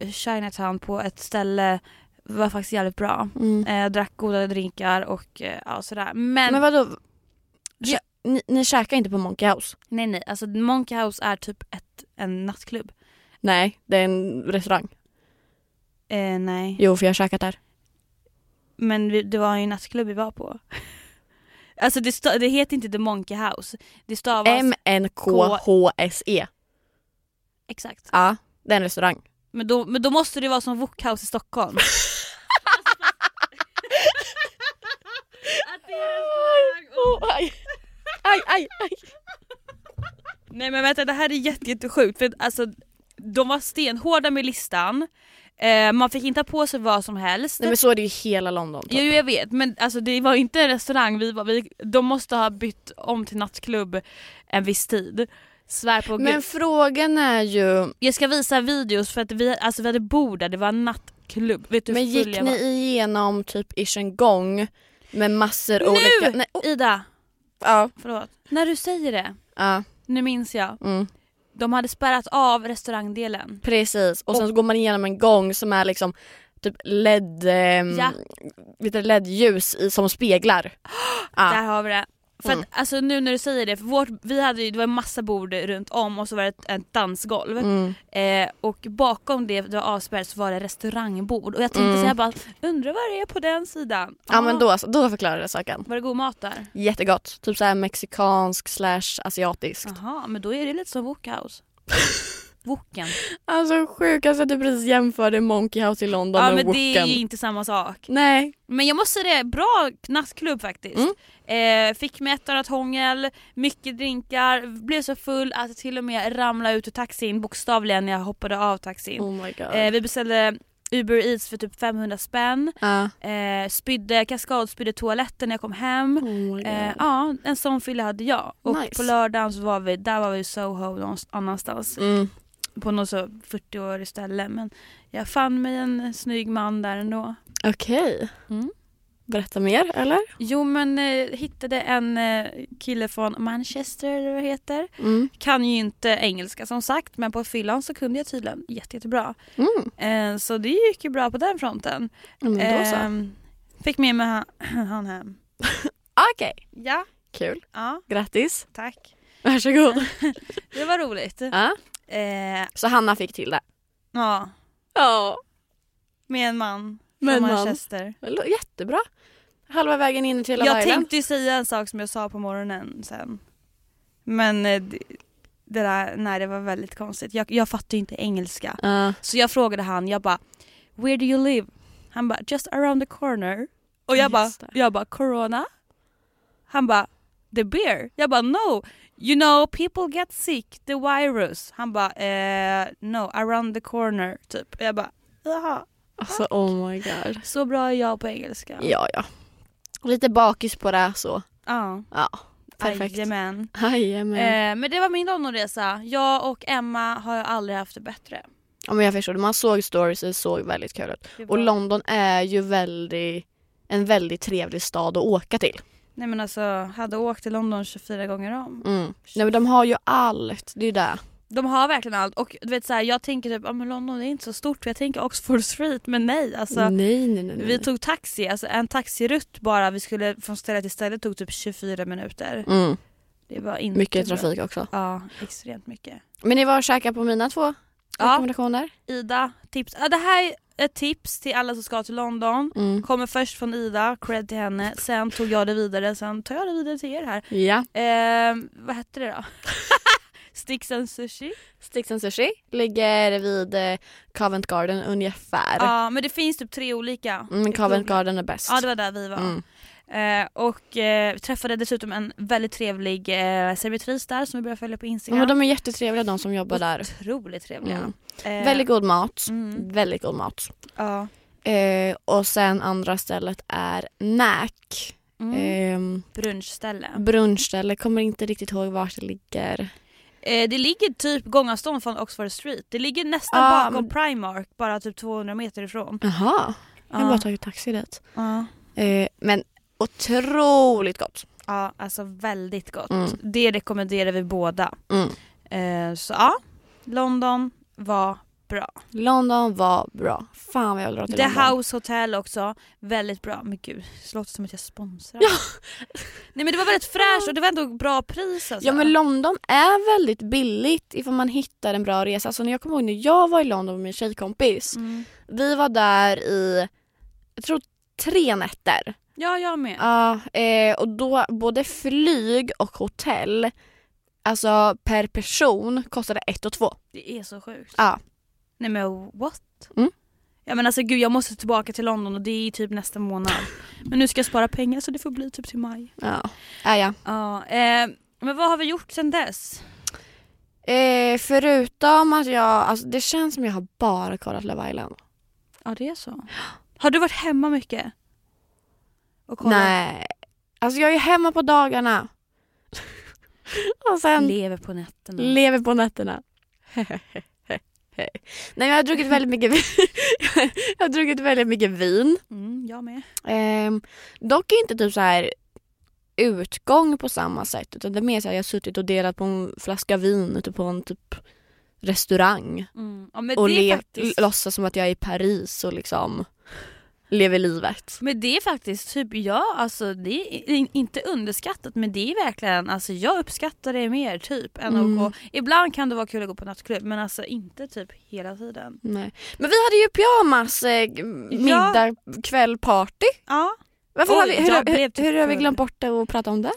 S1: eh, Chinatown på ett ställe, det var faktiskt jävligt bra.
S2: Mm.
S1: Eh, drack goda drinkar och eh, ja, sådär. Men,
S2: Men vadå?
S1: Vi-
S2: Kä- Ni, ni käkar inte på Monkey House?
S1: nej nej, alltså The Monkey House är typ ett, en nattklubb.
S2: Nej, det är en restaurang.
S1: Eh, nej,
S2: Jo, för jag har käkat där.
S1: men vi, det var ju en nattklubb vi var på. alltså det, sta- det heter inte The Monkey House, det stavas...
S2: M-N-K-H-S-E.
S1: Exakt.
S2: E. Ja, det är en restaurang.
S1: Men då, men då måste det vara som Wok House i Stockholm. Att det är en restaurang och-
S2: Oh, aj. aj, aj, aj.
S1: Nej men vänta det här är jätte, jättesjukt för att, alltså de var stenhårda med listan, eh, man fick inte ha på sig vad som helst.
S2: Nej men så är det ju i hela London. typ.
S1: Jo jag vet men alltså det var inte en restaurang, vi var, vi, de måste ha bytt om till nattklubb en viss tid. Svär på
S2: men
S1: gud.
S2: frågan är ju,
S1: Jag ska visa videos för att vi, alltså, vi hade bord där, det var en nattklubb. Vet du hur
S2: men
S1: full
S2: gick
S1: jag
S2: ni
S1: var?
S2: igenom typ ish en gång med massor olika... Nej, oh,
S1: Ida,
S2: ja.
S1: förlåt. När du säger det,
S2: ja
S1: nu minns jag.
S2: mm,
S1: De hade spärrat av restaurangdelen.
S2: precis, och sen så går man igenom en gång som är liksom typ LED, ehm,
S1: Ja.
S2: vet du, LED-ljus i, som speglar. Ja.
S1: Där har vi det. För att,
S2: Mm.
S1: alltså, nu när du säger det, för vårt, vi hade ju, det var en massa bord runt om och så var det ett, ett dansgolv.
S2: Mm.
S1: Eh, och bakom det, det var avspärrat så var det restaurangbord. Och jag tänkte
S2: Mm.
S1: så här bara, undrar vad det är på den sidan?
S2: Ja men
S1: Ah,
S2: då, så- då förklarar det saken.
S1: Var det god mat där?
S2: Jättegott, typ såhär mexikansk slash asiatisk.
S1: Jaha, men då är det lite som Wokhouse. Woken.
S2: Alltså sjukaste att du precis jämförde Monkey House i London
S1: Ja
S2: med
S1: men
S2: Woken.
S1: det är ju inte samma sak.
S2: Nej.
S1: Men jag måste säga det, bra nattklubb faktiskt.
S2: Mm.
S1: Eh, fick mig ett annat hångel, mycket drinkar, blev så full att jag till och med ramlade ut ur taxin bokstavligen när jag hoppade av taxin.
S2: Oh my god.
S1: Eh, vi beställde Uber Eats för typ 500 spänn.
S2: Ja.
S1: Eh, spydde, kaskadspydde toaletten när jag kom hem.
S2: Oh my God.
S1: Eh, ja, en sån fylla hade jag. Och
S2: Nice.
S1: på lördagen så var vi, där var vi i Soho någon annanstans.
S2: Mm.
S1: På något så 40-årigt ställe. Men jag fann mig en snygg man där ändå.
S2: Okej.
S1: Mm.
S2: Berätta mer eller?
S1: Jo men eh, hittade en eh, kille från Manchester eller vad det heter.
S2: Mm.
S1: Kan ju inte engelska som sagt men på fyllan så kunde jag tydligen jätte, jättebra.
S2: Mm.
S1: Eh, så det gick ju bra på den fronten.
S2: Ja, Men då så.
S1: Ehm, fick med mig han, han hem.
S2: Okej.
S1: Ja,
S2: Kul.
S1: ja,
S2: Grattis.
S1: tack.
S2: Varsågod.
S1: Det var roligt.
S2: ja.
S1: Eh,
S2: Så Hanna fick till det.
S1: ja,
S2: Ja.
S1: med en man
S2: Med en
S1: från
S2: man.
S1: Manchester.
S2: Jättebra. Halva vägen in till Love
S1: Jag
S2: Island.
S1: tänkte ju säga en sak som jag sa på morgonen sen. Men eh, det, det där, nej det var väldigt konstigt. Jag, jag fattar ju inte engelska.
S2: Ja.
S1: Så jag frågade han, jag bara “Where do you live?” Han bara “Just around the corner”. Och jag bara,
S2: Just det.
S1: jag bara “Corona?” Han bara “The beer?” Jag bara “No, you know people get sick, the virus”. Han bara eh, “No, around the corner” typ. Och jag bara “Jaha,
S2: Alltså oh my god.
S1: så bra är jag på engelska”.
S2: Ja ja. Lite bakis på det så.
S1: Ja,
S2: Ja. Perfekt.
S1: Jajamän.
S2: Jajamän.
S1: Eh, men det var min Londonresa. Jag och Emma har ju aldrig haft det bättre.
S2: Ja men jag förstår det. Man såg stories, det såg väldigt kul ut.
S1: Det var-
S2: Och London är ju väldigt, en väldigt trevlig stad att åka till.
S1: Nej men alltså, hade åkt till London 24 gånger om.
S2: Mm. Nej men de har ju allt, det är ju det.
S1: De har verkligen allt och du vet så här, jag tänker typ, ah, men London är inte så stort, jag tänker Oxford Street, men nej alltså.
S2: nej nej nej. nej.
S1: Vi tog taxi, alltså en taxirutt bara, vi skulle från ställe till ställe tog typ 24 minuter.
S2: mm.
S1: Det var inte
S2: Mycket
S1: bra.
S2: trafik också.
S1: Ja, extremt mycket.
S2: Men ni var och käkade på mina två
S1: Ja,
S2: rekommendationer?
S1: Ida, tips. Ja, det här är ett tips till alla som ska till London.
S2: Mm.
S1: Kommer först från Ida, cred till henne, sen tog jag det vidare, sen tar jag det vidare till er här.
S2: Ja.
S1: Ehm, vad hette det då? Sticks and sushi.
S2: Sticks and Sushi ligger vid eh, Covent Garden ungefär.
S1: Ja, men det finns typ tre olika.
S2: Mm,
S1: Jag
S2: Covent
S1: googlar.
S2: Garden är bäst.
S1: Ja, det var där vi var.
S2: Mm.
S1: Eh, och eh, träffade dessutom en väldigt trevlig eh, servitris där som vi började följa på
S2: Ja,
S1: Instagram.
S2: men de är jättetrevliga de som jobbar där.
S1: Otroligt trevliga.
S2: Mm.
S1: Eh,
S2: Väldigt god mat.
S1: mm,
S2: Väldigt god mat.
S1: ja.
S2: Eh, och sen andra stället är Näk.
S1: mm.
S2: Ehm,
S1: Brunchställe.
S2: brunchställe, kommer inte riktigt ihåg var det ligger.
S1: Eh, det ligger typ gångavstånd från Oxford Street. Det ligger nästan
S2: Ah,
S1: bakom
S2: men-
S1: Primark, bara typ 200 meter ifrån.
S2: Jaha, jag har
S1: Ja.
S2: bara tagit taxi dit.
S1: Ja.
S2: Eh, men otroligt gott.
S1: Ja, alltså väldigt gott.
S2: Mm.
S1: Det rekommenderar vi båda.
S2: Mm.
S1: Eh, så ja, London var bra.
S2: London var bra. Fan vad jag vill dra till
S1: The
S2: London.
S1: House Hotel också, väldigt bra. Men gud, det låter som att jag sponsrar. Nej men det var väldigt fräscht och det var ändå bra pris alltså.
S2: Ja men London är väldigt billigt ifall man hittar en bra resa. Alltså när jag kommer ihåg när jag var i London med min tjejkompis.
S1: mm.
S2: Vi var där i, jag tror tre nätter.
S1: Ja jag med.
S2: Ja, eh, och då både flyg och hotell, alltså per person kostade ett och två.
S1: Det är så sjukt.
S2: Ja.
S1: Nej men what?
S2: Mm.
S1: Ja men alltså gud jag måste tillbaka till London och det är typ nästa månad. men nu ska jag spara pengar så det får bli typ till maj.
S2: Ja. Ja, ja.
S1: Ja, eh, men vad har vi gjort sen dess?
S2: Eh, förutom att jag, alltså det känns som jag har bara kollat Love Island.
S1: Ja det är så. Har du varit hemma mycket? Och kollat?
S2: Nej. Alltså jag är hemma på dagarna. och sen
S1: Lever på nätterna.
S2: lever på nätterna. Mm. Nej men jag har druckit väldigt mycket vin. jag har druckit väldigt mycket vin.
S1: mm, jag med.
S2: Ehm, dock inte typ så här utgång på samma sätt utan det är mer så här jag har suttit och delat på en flaska vin ute på en typ restaurang
S1: Mm. Ja, men
S2: och
S1: det är
S2: le-
S1: faktiskt...
S2: låtsas som att jag är i Paris och liksom lever livet.
S1: Men det är faktiskt typ jag, alltså det är in- inte underskattat men det är verkligen, alltså jag uppskattar det mer typ än
S2: Mm.
S1: att gå, ibland kan det vara kul att gå på nattklubb men alltså inte typ hela tiden.
S2: Nej. Men vi hade ju pyjamas eh, g- middag kväll party.
S1: Ja.
S2: Varför
S1: Oj,
S2: har vi, hur,
S1: jag
S2: har-
S1: blev
S2: hur,
S1: typ
S2: hur har vi
S1: full.
S2: glömt bort det och prata om det?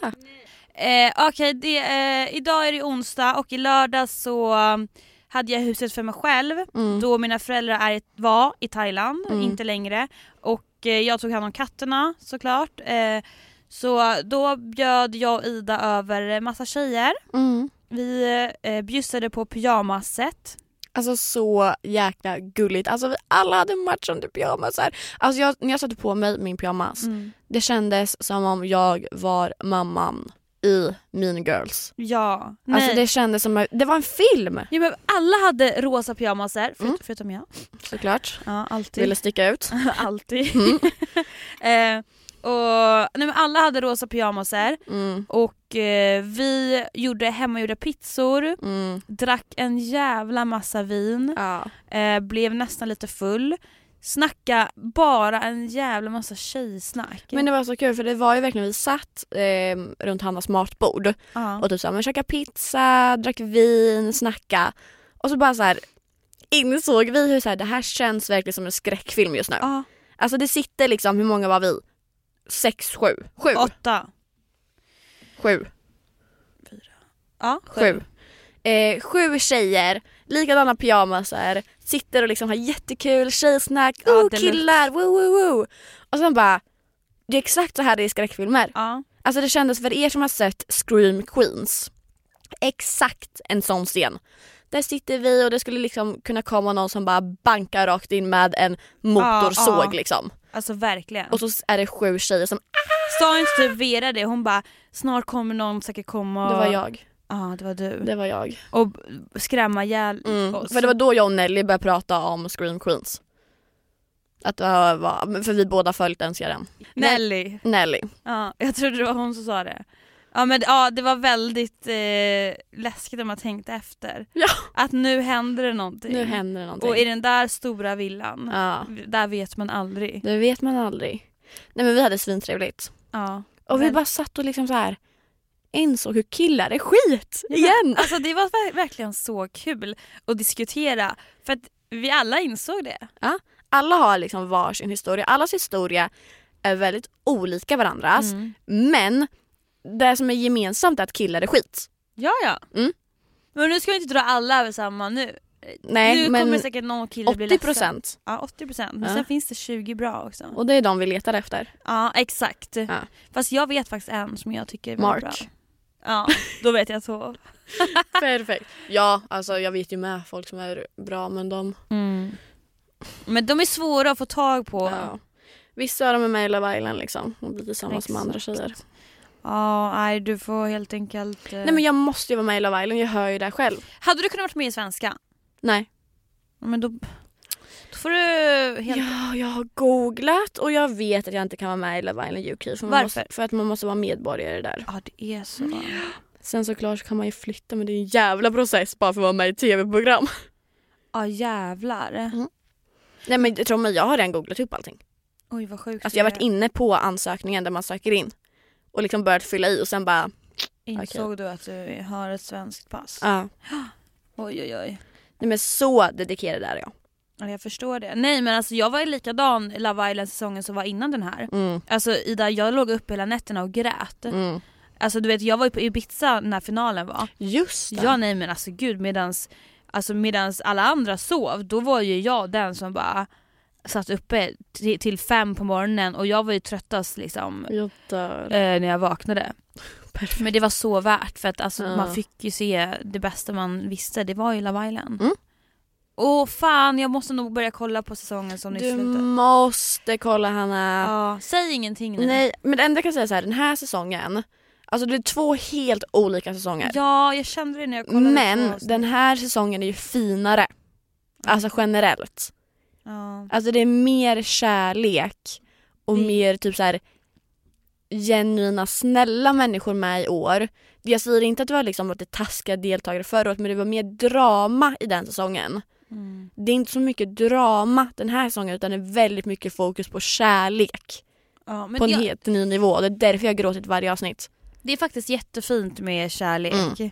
S1: Eh, Okej, det, eh, idag är det onsdag och i lördag så um, hade jag huset för mig själv
S2: Mm.
S1: då mina föräldrar är, var i Thailand,
S2: Mm.
S1: inte längre. Och eh, jag tog hand om katterna såklart. Eh, så då bjöd jag och Ida över eh, massa tjejer
S2: Mm.
S1: Vi eh, bjussade på pyjamasset.
S2: Alltså så jäkla gulligt. Alltså vi alla hade matchande pyjamasar. Alltså jag, när jag satte på mig min pyjamas,
S1: Mm.
S2: det kändes som om jag var mamman i Mean Girls.
S1: Ja. Nej.
S2: Alltså det kändes som att, det var en film
S1: ja, men alla hade rosa pyjamaser, förut-
S2: Mm.
S1: förutom jag.
S2: såklart.
S1: Ja, alltid.
S2: Ville sticka ut.
S1: alltid.
S2: Mm.
S1: eh, och, nej, men alla hade rosa pyjamaser
S2: Mm,
S1: och eh, vi gjorde hemmagjorda pizzor,
S2: mm,
S1: drack en jävla massa vin,
S2: ja.
S1: eh, blev nästan lite full. Snacka bara en jävla massa tjejsnack.
S2: Men det var så kul för det var ju verkligen, vi satt eh, runt Hannas matbord
S1: ja.
S2: och typ såhär, men käka pizza, drack vin, snacka. Och så bara så här insåg vi hur så här, det här känns verkligen som en skräckfilm just nu.
S1: Ja,
S2: Alltså det sitter liksom, hur många var vi? Sex, sju? Sju?
S1: åtta.
S2: Sju.
S1: Ja,
S2: Sju. Eh, sju tjejer, likadana pyjamasar, sitter och liksom har jättekul, tjejsnack,
S1: Ja,
S2: oh,
S1: deluxe.
S2: killar, woo woo woo. Och sen bara, det är exakt så här det är i skräckfilmer.
S1: Ja.
S2: Alltså det kändes för er som har sett Scream Queens, exakt en sån scen. Där sitter vi och det skulle liksom kunna komma någon som bara bankar rakt in med en motorsåg
S1: ja.
S2: liksom.
S1: Alltså verkligen.
S2: Och så är det sju tjejer som,
S1: Sa inte typ Vera det? Hon bara snart kommer någon säkert komma och...
S2: det var jag,
S1: Ja det var du.
S2: det var jag.
S1: Och b- skrämma ihjäl
S2: Mm.
S1: oss.
S2: För det var då jag och Nelly började prata om Scream Queens. Att det var, men för vi båda följt den serien.
S1: Nelly.
S2: Nelly.
S1: Ja, jag trodde det var hon som sa det. Ja men ja, det var väldigt eh, läskigt om man tänkte efter.
S2: Ja.
S1: Att nu händer det någonting.
S2: Nu händer det någonting.
S1: Och i den där stora villan,
S2: Ja,
S1: där vet man aldrig.
S2: det vet man aldrig. Nej men vi hade svintrevligt.
S1: Ja.
S2: Och vi
S1: Men-
S2: bara satt och liksom så här insåg hur killar är skit igen.
S1: Alltså det var ver- verkligen så kul att diskutera. För att vi alla insåg det.
S2: Alla har liksom varsin historia. Allas historia är väldigt olika varandras.
S1: Mm.
S2: Men det som är gemensamt är att killar är skit.
S1: Ja ja.
S2: Mm.
S1: Men nu ska vi inte dra alla över samma nu.
S2: Nej
S1: nu kommer
S2: men
S1: säkert någon kille bli
S2: 80
S1: ledsen.
S2: procent.
S1: Ja 80 procent. Men
S2: Ja.
S1: sen finns det 20 bra också.
S2: Och det är de vi letar efter.
S1: Ja exakt.
S2: Ja.
S1: Fast jag vet faktiskt en som jag tycker är
S2: Mark.
S1: väldigt bra. Ja, då vet jag så.
S2: Perfekt. Ja, alltså jag vet ju med folk som är bra men de...
S1: Men de är svåra att få tag på.
S2: Mm. Ja. Vissa av dem är med i Love Island liksom och blir tillsammans med
S1: Exakt.
S2: andra tjejer.
S1: Ja, nej du får helt enkelt... eh,
S2: Nej men jag måste ju vara med i Love Island, jag hör ju det själv.
S1: Hade du kunnat varit med i svenska?
S2: Nej.
S1: Ja, Men då, då får du helt...
S2: Ja, jag har googlat och jag vet att jag inte kan vara med i Love Island UK för, man
S1: Varför?
S2: måste, för att man måste vara medborgare där.
S1: Ja det är så.
S2: Sen såklart så kan man ju flytta men det är en jävla process bara för att vara med i tv-program.
S1: Ja jävlar.
S2: Nej men tro mig, jag har redan googlat upp allting.
S1: Oj vad sjukt.
S2: Alltså jag har
S1: det
S2: varit inne på ansökningen där man söker in och liksom börjat fylla i och sen bara
S1: är. Insåg du att du har ett svenskt pass?
S2: ja.
S1: Oj oj oj.
S2: Nej men så dedikerad är jag.
S1: Ja, jag förstår det. Nej men alltså jag var ju likadan i Love Island säsongen som var innan den här.
S2: Mm.
S1: Alltså Ida jag låg upp hela nätterna och grät.
S2: Mm.
S1: Alltså du vet jag var ju på Ibiza när finalen var.
S2: Just det.
S1: Ja nej men alltså gud medans, alltså, medans alla andra sov då var ju jag den som bara satt uppe till, till fem på morgonen och jag var ju tröttast liksom
S2: Jag dör.
S1: eh, när jag vaknade.
S2: Perfekt.
S1: Men det var så värt för att alltså,
S2: Ja.
S1: man fick ju se det bästa man visste, det var ju Love Island.
S2: Mm.
S1: Åh fan jag måste nog börja kolla på säsongen som nyss
S2: Du
S1: slutade.
S2: måste kolla Hanna.
S1: Ja, säg ingenting nu.
S2: Nej men det enda jag kan säga är så här, den här säsongen, alltså det är två helt olika säsonger.
S1: Ja jag kände det när jag kollade på
S2: men
S1: avsnitt.
S2: den här säsongen är ju finare. Alltså generellt.
S1: ja.
S2: Alltså det är mer kärlek och
S1: Mm.
S2: mer typ så här genuina snälla människor med i år. Jag säger inte att det var liksom att det taskiga deltagare förra året men det var mer drama i den säsongen.
S1: mm.
S2: det är inte så mycket drama den här säsongen utan det är väldigt mycket fokus på kärlek
S1: ja men
S2: på en
S1: jag,
S2: helt ny nivå. Det är därför jag har gråtit varje avsnitt.
S1: Det är faktiskt jättefint med kärlek.
S2: Mm.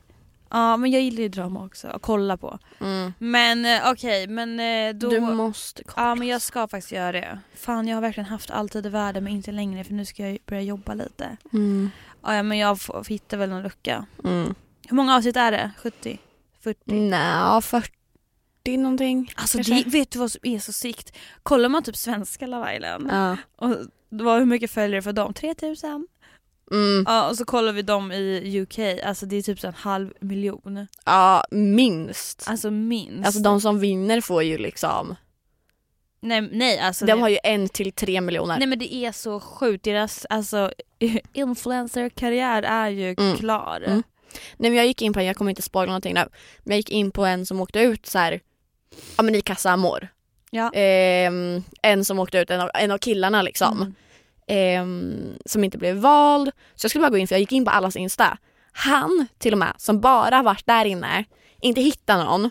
S1: Ja men jag gillar ju drama också, att kolla på. Men eh, okej men eh, då...
S2: Du måste kolla.
S1: ja men jag ska faktiskt göra det. Fan jag har verkligen haft all tid i världen men inte längre för nu ska jag ju börja jobba lite.
S2: Mm.
S1: Ja ja, men jag får, hittar väl någon lucka.
S2: Mm.
S1: Hur många avsnitt är det? 70? 40?
S2: Nja, 40 någonting.
S1: Alltså
S2: Kanske.
S1: det, vet du vad som är så sikt? Kollar man typ svenska Love Island
S2: Ja.
S1: och vad, hur mycket följer det för dem? 3000?
S2: Mm.
S1: Ja, och så kollar vi dem i UK, alltså det är typ så en halv miljon.
S2: Ja, minst.
S1: Alltså minst.
S2: Alltså de som vinner får ju liksom,
S1: nej, nej, alltså
S2: de
S1: det,
S2: har ju en till tre miljoner.
S1: nej men det är så sjukt, deras alltså, influencer-karriär är ju
S2: Mm.
S1: klar.
S2: Mm. Nej men jag gick in på en, jag kommer inte spoila någonting nu, men jag gick in på en som åkte ut så här, ja men i Casa Amor.
S1: Ja.
S2: Ehm, en som åkte ut, en av, en av killarna
S1: Mm.
S2: liksom. Ehm, som inte blev vald. Så jag skulle bara gå in, för jag gick in på allas Insta. Han till och med, som bara varit där inne, inte hittar någon,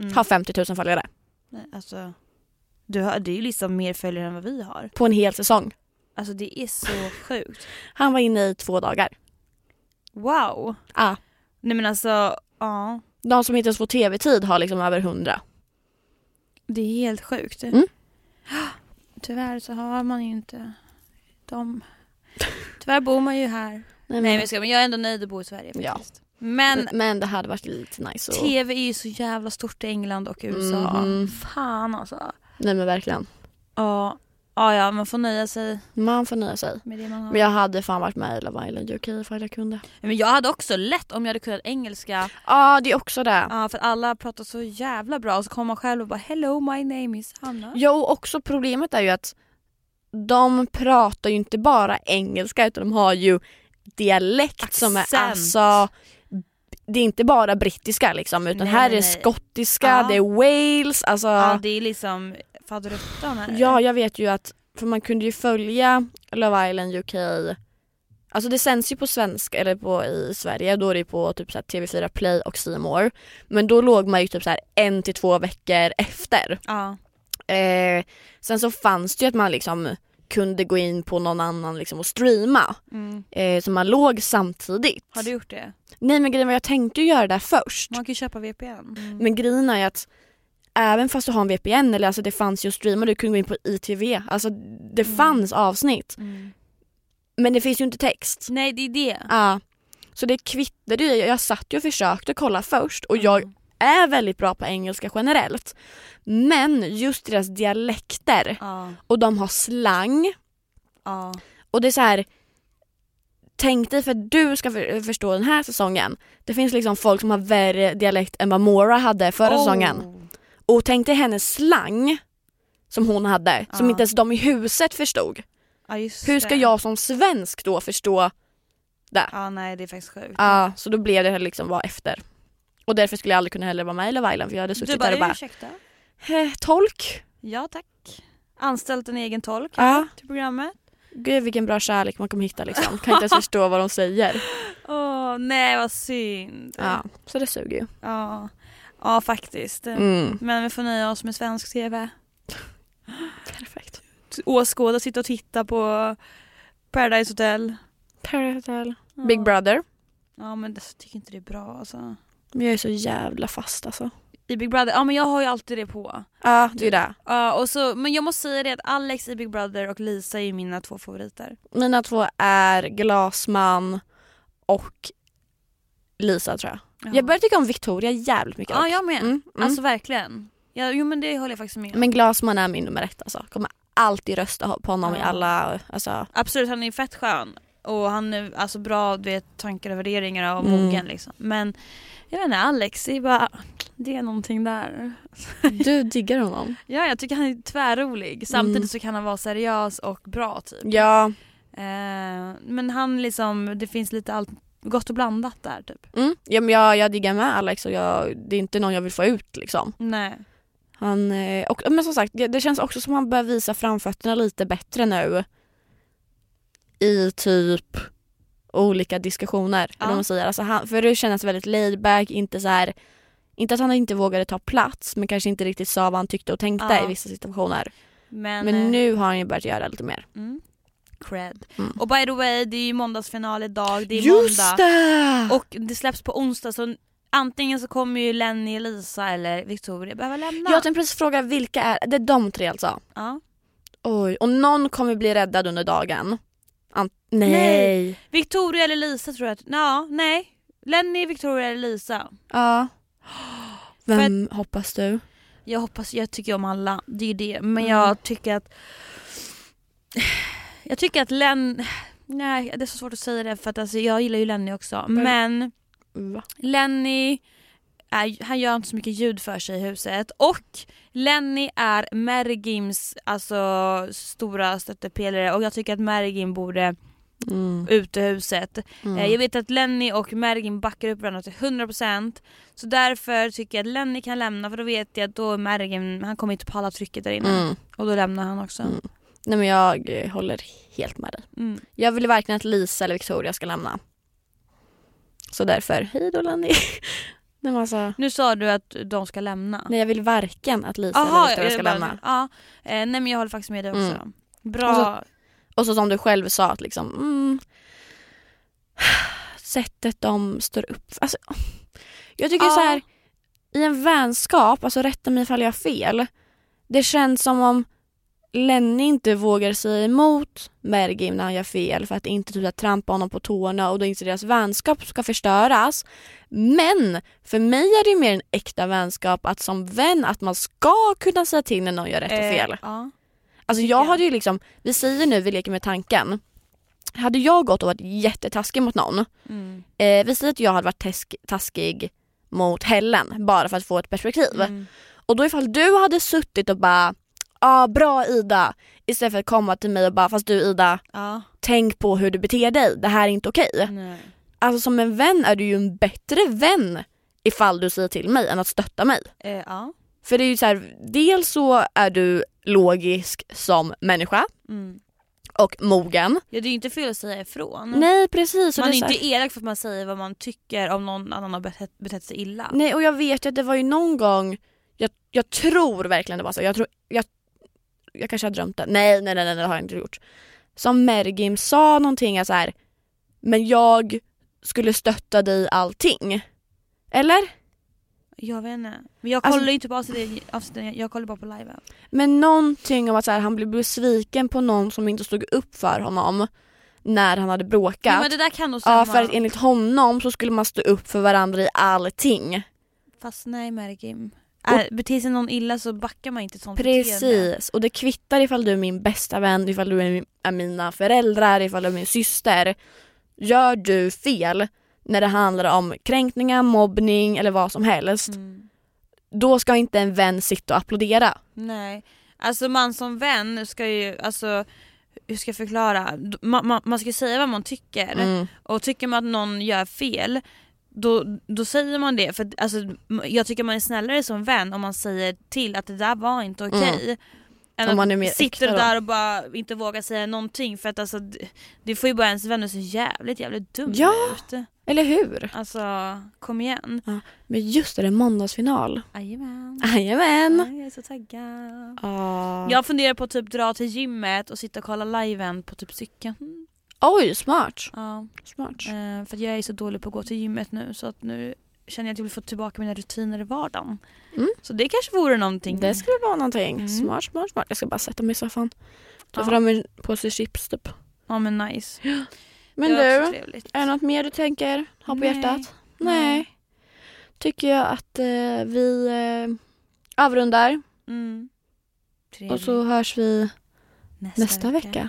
S1: Mm.
S2: har 50 000 följare
S1: Nej, alltså, du har, det är ju liksom mer följare än vad vi har.
S2: på en hel säsong.
S1: Alltså det är så sjukt.
S2: Han var inne i två dagar.
S1: Wow!
S2: Ah,
S1: Nej men alltså, ja.
S2: de som inte ens får tv-tid har liksom över 100.
S1: Det är helt sjukt.
S2: Mm.
S1: Tyvärr så har man ju inte de... Tyvärr bor man ju här.
S2: Nej,
S1: Nej men jag, ska, men jag är ändå nöjd att bo i Sverige
S2: Ja.
S1: faktiskt. Men
S2: men, men det hade varit lite nice. Och,
S1: TV är ju så jävla stort i England och USA.
S2: Mhm.
S1: Fan alltså.
S2: nej men verkligen.
S1: Ja, ja, ja, man får nöja sig
S2: Man får nöja sig.
S1: med det man har.
S2: Men jag hade fan varit med i Love Island UK ifall jag kunde. Ja
S1: Men jag hade också lätt om jag hade kunnat engelska.
S2: ah, det är också det.
S1: Ja, för alla pratar så jävla bra och så kommer man själv och bara hello my name is Hanna.
S2: Jo, och också problemet är ju att de pratar ju inte bara engelska utan de har ju dialekt som är
S1: Accent.
S2: alltså det är inte bara brittiska liksom utan
S1: Nej,
S2: här
S1: nej,
S2: är
S1: nej.
S2: skottiska,
S1: Ja.
S2: det är Wales, alltså
S1: Ja,
S2: ja,
S1: det är liksom faderuttan här.
S2: jag vet ju att för man kunde ju följa Love Island UK Alltså det sänds ju på svenska eller på i Sverige då är det på typ så här TV4 Play och C More. Men då låg man ju typ så här en till två veckor efter.
S1: Ja.
S2: Eh, sen så fanns det ju att man liksom kunde gå in på någon annan liksom och streama.
S1: Mm.
S2: Eh, så man låg samtidigt.
S1: Har du gjort det?
S2: Nej men grejen var jag tänkte ju göra det här först.
S1: Man kan ju köpa VPN. Mm.
S2: Men grejen är ju att även fast du har en VPN eller alltså det fanns ju streamar du kunde gå in på ITV. Alltså det
S1: Mm.
S2: fanns avsnitt.
S1: Mm.
S2: Men det finns ju inte text.
S1: Nej det är det.
S2: Ja. så det kvittade ju. Jag satt ju och försökte kolla först och jag
S1: Mm.
S2: är väldigt bra på engelska generellt. Men just deras dialekter
S1: Ja.
S2: och de har slang.
S1: ja.
S2: Och det är så här. Tänk dig för att du ska för, förstå den här säsongen. Det finns liksom folk som har värre dialekt än vad Mora hade förra säsongen.
S1: Oh.
S2: Och tänk dig hennes slang som hon hade, som
S1: Ja.
S2: inte ens de i huset förstod.
S1: Ja, just
S2: Hur ska
S1: det.
S2: jag som svensk då förstå det? Ja,
S1: Ja nej det är faktiskt sjukt.
S2: så då blev det liksom vara efter. Och därför skulle jag aldrig kunna heller vara med i Love Island för jag hade
S1: Du
S2: suttit
S1: bara,
S2: där och bara
S1: ursäkta?
S2: "Eh, tolk.
S1: Ja tack. Anställt en egen tolk
S2: Ja.
S1: till programmet.
S2: Gud vilken bra kärlek man kommer hitta liksom. Kan inte ens förstå vad de säger.
S1: Åh nej vad synd.
S2: Ja, så det suger ju.
S1: ja. Ja, faktiskt.
S2: Mm.
S1: Men vi får nöja oss med svensk tv.
S2: Perfekt.
S1: Åskåda, sitta och titta på Paradise Hotel.
S2: Paradise Hotel.
S1: Ja.
S2: Big Brother.
S1: Ja men det- jag tycker inte det är bra alltså.
S2: Men jag är så jävla fast alltså.
S1: I Big Brother, ja men jag har ju alltid det på.
S2: Ja, det är det.
S1: Ja, och så, men jag måste säga det att Alex i Big Brother och Lisa är ju mina två favoriter.
S2: Mina två är Glasman och Lisa tror jag. Jag börjar tycka om Victoria jävligt mycket.
S1: Ja
S2: dock.
S1: jag med.
S2: Mm, mm.
S1: Alltså verkligen. Ja, jo men det håller jag faktiskt med om.
S2: Men Glasman är min nummer ett alltså. Kommer alltid rösta på honom i
S1: Ja.
S2: alla, alltså.
S1: Absolut, han är ju fett skön. Och han är alltså bra du vet, tankar och värderingar och
S2: Mm.
S1: mogen liksom. Men jag vet inte, Alex är bara, det är någonting där.
S2: Du diggar honom.
S1: Ja jag tycker han är tvärrolig. Samtidigt
S2: Mm.
S1: så kan han vara seriös och bra typ.
S2: Ja.
S1: Eh, men han liksom, det finns lite allt gott och blandat där typ.
S2: Mm. ja men jag, jag diggar med Alex och jag, det är inte någon jag vill få ut liksom.
S1: Nej.
S2: Han, eh, och, men som sagt, det, det känns också som att han börjar visa framfötterna lite bättre nu. I typ olika diskussioner.
S1: Ja.
S2: Eller vad man säger. Alltså han, för det kändes väldigt laid back, inte så här inte att han inte vågade ta plats men kanske inte riktigt sa vad han tyckte och tänkte
S1: Ja.
S2: i vissa situationer.
S1: Men, eh,
S2: Men nu har han ju börjat göra lite mer.
S1: Mm. Cred.
S2: Mm.
S1: Och by the way, det är ju måndagsfinal idag, det är måndag.
S2: det!
S1: Och det släpps på onsdag så antingen så kommer ju Lenny, Lisa eller Victoria behöva lämna.
S2: Jag tänkte precis fråga vilka är, det är de tre alltså?
S1: ja.
S2: Oj, och någon kommer bli räddad under dagen. Ant- nej.
S1: Nej. Victoria eller Lisa tror jag att, ja, nej. Lenny, Victoria eller Lisa.
S2: Ja.
S1: För
S2: Vem hoppas du?
S1: Jag hoppas, jag tycker om alla, det är ju det. Men
S2: Mm.
S1: jag tycker att jag tycker att Len, Nej, det är så svårt att säga det för att alltså, jag gillar ju Lenny också.
S2: Men-
S1: Men
S2: Va?
S1: Lenny, är, han gör inte så mycket ljud för sig i huset. Och Lenny är Mergims alltså, stora stöttepelare och jag tycker att Mergim borde
S2: Mm.
S1: utehuset. Eh, Jag vet att Lenny och Mergim backar upp varandra till 100% så därför tycker jag att Lenny kan lämna för då vet jag att då är Mergim, han kommer inte palla trycket där inne.
S2: Mm.
S1: Och då lämnar han också.
S2: Mm. Nej men jag eh, håller helt med dig.
S1: Mm.
S2: Jag vill verkligen att Lisa eller Victoria ska lämna. Så därför, hej då Lenny. Nej men alltså,
S1: Nu sa du att de ska lämna.
S2: nej jag vill varken att Lisa
S1: Aha,
S2: eller Victoria ska
S1: jag bara-
S2: lämna.
S1: Ja, eh, nej men jag håller faktiskt med dig också.
S2: Mm.
S1: Bra.
S2: Och så- Och så som du själv sa att liksom, mm, sättet de står upp alltså, Jag tycker
S1: Ja.
S2: så här i en vänskap, alltså rätta mig ifall jag har fel. Det känns som om Lenny inte vågar säga emot Mergim när han gör fel för att inte typ, att trampa honom på tårna och då inte deras vänskap ska förstöras. Men för mig är det ju mer en äkta vänskap att som vän att man ska kunna säga till när någon gör rätt och
S1: Eh,
S2: fel.
S1: ja.
S2: Alltså
S1: tycker
S2: jag
S1: jag.
S2: hade ju liksom, vi säger nu, vi leker med tanken. Hade jag gått och varit jättetaskig mot någon,
S1: Mm.
S2: eh, vi säger att jag hade varit task, taskig mot Helen bara för att få ett perspektiv.
S1: Mm.
S2: Och då ifall du hade suttit och bara, ja ah, bra Ida, istället för att komma till mig och bara, fast du Ida,
S1: Ja.
S2: tänk på hur du beter dig, det här är inte okej.
S1: Nej.
S2: Alltså som en vän är du ju en bättre vän ifall du säger till mig än att stötta mig.
S1: Eh, ja.
S2: För det är ju så här, dels så är du logisk som människa
S1: Mm.
S2: och mogen.
S1: ja, det är ju inte fel att säga ifrån.
S2: Nej precis. och
S1: Mm. man är
S2: det så här-
S1: inte elak för att man säger vad man tycker om någon annan har betett, betett sig illa.
S2: Nej och jag vet ju att det var ju någon gång, jag, jag tror verkligen det var så, jag tror, jag, jag kanske har drömt det. Nej nej nej, nej det har jag inte gjort. Som Mergim sa någonting att så här. men jag skulle stötta dig i allting. Eller?
S1: Jag vet inte. Men jag
S2: Alltså-
S1: kollar ju inte på avsnitten, avsnitten, jag kollar bara på liven.
S2: Men någonting om att så här, han blev besviken på någon som inte stod upp för honom när han hade bråkat.
S1: Men det där kan nog stämma.
S2: Ja för att enligt honom så skulle man stå upp för varandra i allting.
S1: Fast nej Mergim. Äh, beter sig någon illa så backar man inte ett sånt beteende.
S2: Precis, och det kvittar ifall du är min bästa vän, ifall du är, min, är mina föräldrar, ifall du är min syster. Gör du fel när det handlar om kränkningar, mobbning eller vad som helst,
S1: Mm.
S2: då ska inte en vän sitta och applådera.
S1: Nej, alltså man som vän ska ju, alltså hur ska jag förklara? Man, man, man ska ju säga vad man tycker
S2: Mm.
S1: och tycker man att någon gör fel då, då säger man det för att, alltså, m- jag tycker man är snällare som vän om man säger till att det där var inte
S2: Mm.
S1: okej. Än
S2: Om
S1: att
S2: man är mer
S1: sitter
S2: äkta då.
S1: där och bara inte vågar säga någonting för att alltså, det, det får ju bara ens vänner så jävligt jävligt dum
S2: Ja.
S1: ut.
S2: Eller hur?
S1: Alltså kom igen.
S2: Men just det, det är måndagsfinal.
S1: Jajamän.
S2: Jajamän!
S1: Jag är så taggad.
S2: Ah.
S1: Jag funderar på att typ dra till gymmet och sitta och kolla liven på typ cykeln.
S2: Oj, smart.
S1: Ja,
S2: smart.
S1: eh, för att jag är så dålig på att gå till gymmet nu så att nu känner jag att jag vill få tillbaka mina rutiner i vardagen.
S2: Mm.
S1: Så det kanske vore någonting.
S2: Det skulle vara någonting.
S1: Mm.
S2: Smart, smart, smart. Jag ska bara sätta mig i soffan. Ta
S1: Ja.
S2: fram en påse chips typ.
S1: Ja men nice.
S2: Men
S1: det var
S2: du.
S1: också trevligt.
S2: Är det något mer du tänker ha på
S1: Nej.
S2: hjärtat?
S1: Nej.
S2: Nej. Tycker jag att eh, vi eh, avrundar
S1: Mm.
S2: och
S1: Trevligt.
S2: så hörs vi
S1: Mm. nästa,
S2: nästa vecka.